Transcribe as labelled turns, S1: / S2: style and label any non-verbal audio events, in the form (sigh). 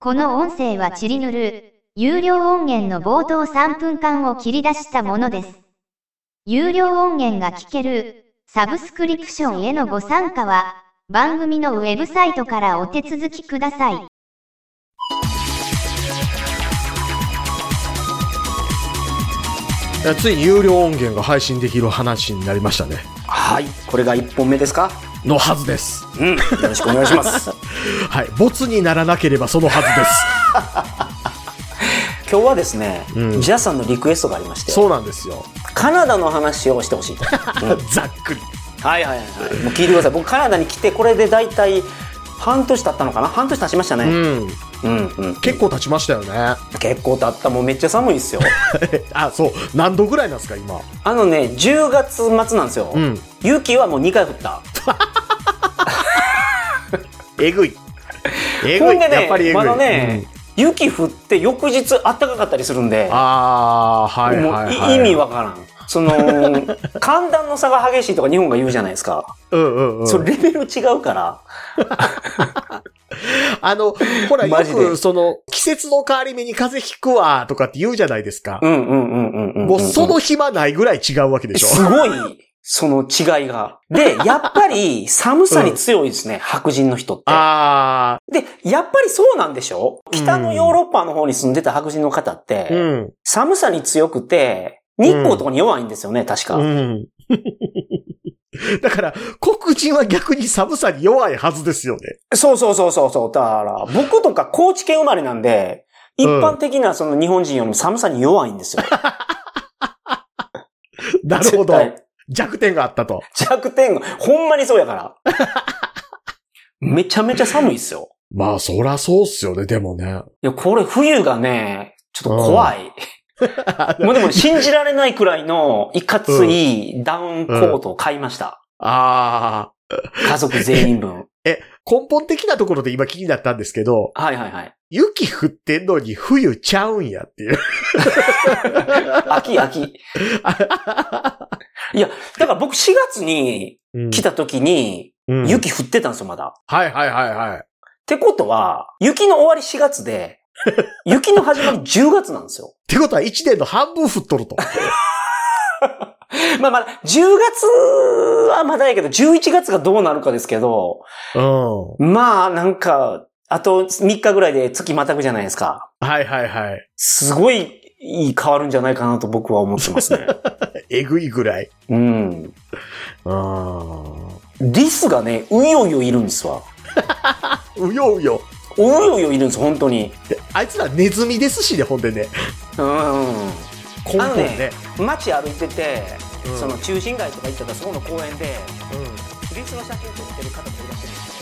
S1: この音声はチリヌル、有料音源の冒頭3分間を切り出したものです。有料音源が聞ける、サブスクリプションへのご参加は、番組のウェブサイトからお手続きください。
S2: いやついに有料音源が配信できる話になりましたね
S3: はい、これが1本目ですか
S2: のはずです
S3: うん、よろしくお願いします。
S2: はい没にならなければそのはずです
S3: (laughs) 今日はですね、
S2: うん
S3: ジャさんのリクエストがありまし
S2: (laughs)
S3: て、
S2: そうなんですよ、
S3: カナダの話をしてほ (laughs) しいと。うん
S2: ざっくり
S3: はいはいはい。もう聞いてください。僕カナダに来て、これで大体半年経ったのかな半年経ちましたね。
S2: うん
S3: うん、うん。
S2: 結構経ちましたよね (laughs)
S3: 結構経った。もうめっちゃ寒い (laughs) ですよ。
S2: あそう何度ぐらいなんですか今
S3: あのね、10月末なんですよ。
S2: うん
S3: 雪はもう2回降った。
S2: えぐいえ
S3: ほ
S2: ぐ
S3: ん
S2: い、
S3: で
S2: やっぱりえぐい、
S3: ね、まだね、雪降って翌日暖かかったりするんで
S2: うん、ああはい
S3: もう
S2: はい、
S3: い
S2: はい、
S3: 意味わからん。そ (laughs) の、寒暖の差が激しいとか日本が言うじゃないですか。
S2: うんうんうん
S3: それレベル違うから。
S2: あのほ
S3: (laughs)
S2: ら
S3: マジで
S2: よくその季節の変わり目に風邪ひくわとかって言うじゃないですか、
S3: うんうんうんうんうんうん。
S2: もうその暇ないぐらい違うわけでしょ
S3: すごい、その違いが。で、やっぱり寒さに強いです (laughs) ね、白人の人って。
S2: あ
S3: で、やっぱりそうなんでしょ北のヨーロッパの方に住んでた白人の方って、
S2: あうん
S3: 寒さに強くて、日光とかに弱いんですよね、確か。
S2: うん。 (laughs) だから、黒人は逆に寒さに弱いはずですよ
S3: (laughs)
S2: ね。
S3: そうそうそうそうそう。だから、僕とか高知県生まれなんで、一般的なその日本人よりも寒さに弱いんですよ。
S2: なるほど
S3: 絶。対
S2: 弱点があったと。
S3: 弱点が、ほんまにそうやから。めちゃめちゃ寒いっすよ。
S2: まあ、そらそうっすよね、でもね。
S3: いや、これ冬がね、ちょっと怖い。 (laughs) もうでも信じられないくらいのいかついダウンコートを買いました。
S2: ああ。
S3: 家族全員分。
S2: 根本的なところで今気になったんですけど、
S3: はいはいはい。
S2: 雪降ってんのに冬ちゃうんやっていう。(laughs)
S3: 秋秋。いや、だから僕4月に
S2: うん
S3: 来た時に
S2: うん
S3: 雪降ってたんですよ、まだ。っ
S2: はいはいはいはい。
S3: てことは、雪の終わり4月で、雪の始まり10月なんですよ。
S2: ってことは1年の半分降っとると。
S3: まあまあ、10月はまだやけど、11月がどうなるかですけど、
S2: うん。
S3: まあ、なんか、あと3日ぐらいで月またぐじゃないですか。
S2: はいはいはい。
S3: すごい、いい変わるんじゃないかなと僕は思ってます
S2: (laughs)
S3: ね。
S2: えぐいぐらい。
S3: うん。
S2: うん。
S3: リスがね、うようよいるんですわ。
S2: うようよ。
S3: うようよいるんです、本当に。
S2: あいつらネズミですしね、ほんでね。
S3: うん。
S2: 根本
S3: あの
S2: ね
S3: ね。街歩いてて、
S2: うん
S3: その中心街とか行ったら、そこの公園で、
S2: うん
S3: リスの写真撮ってる方がいらっしゃるんですよ。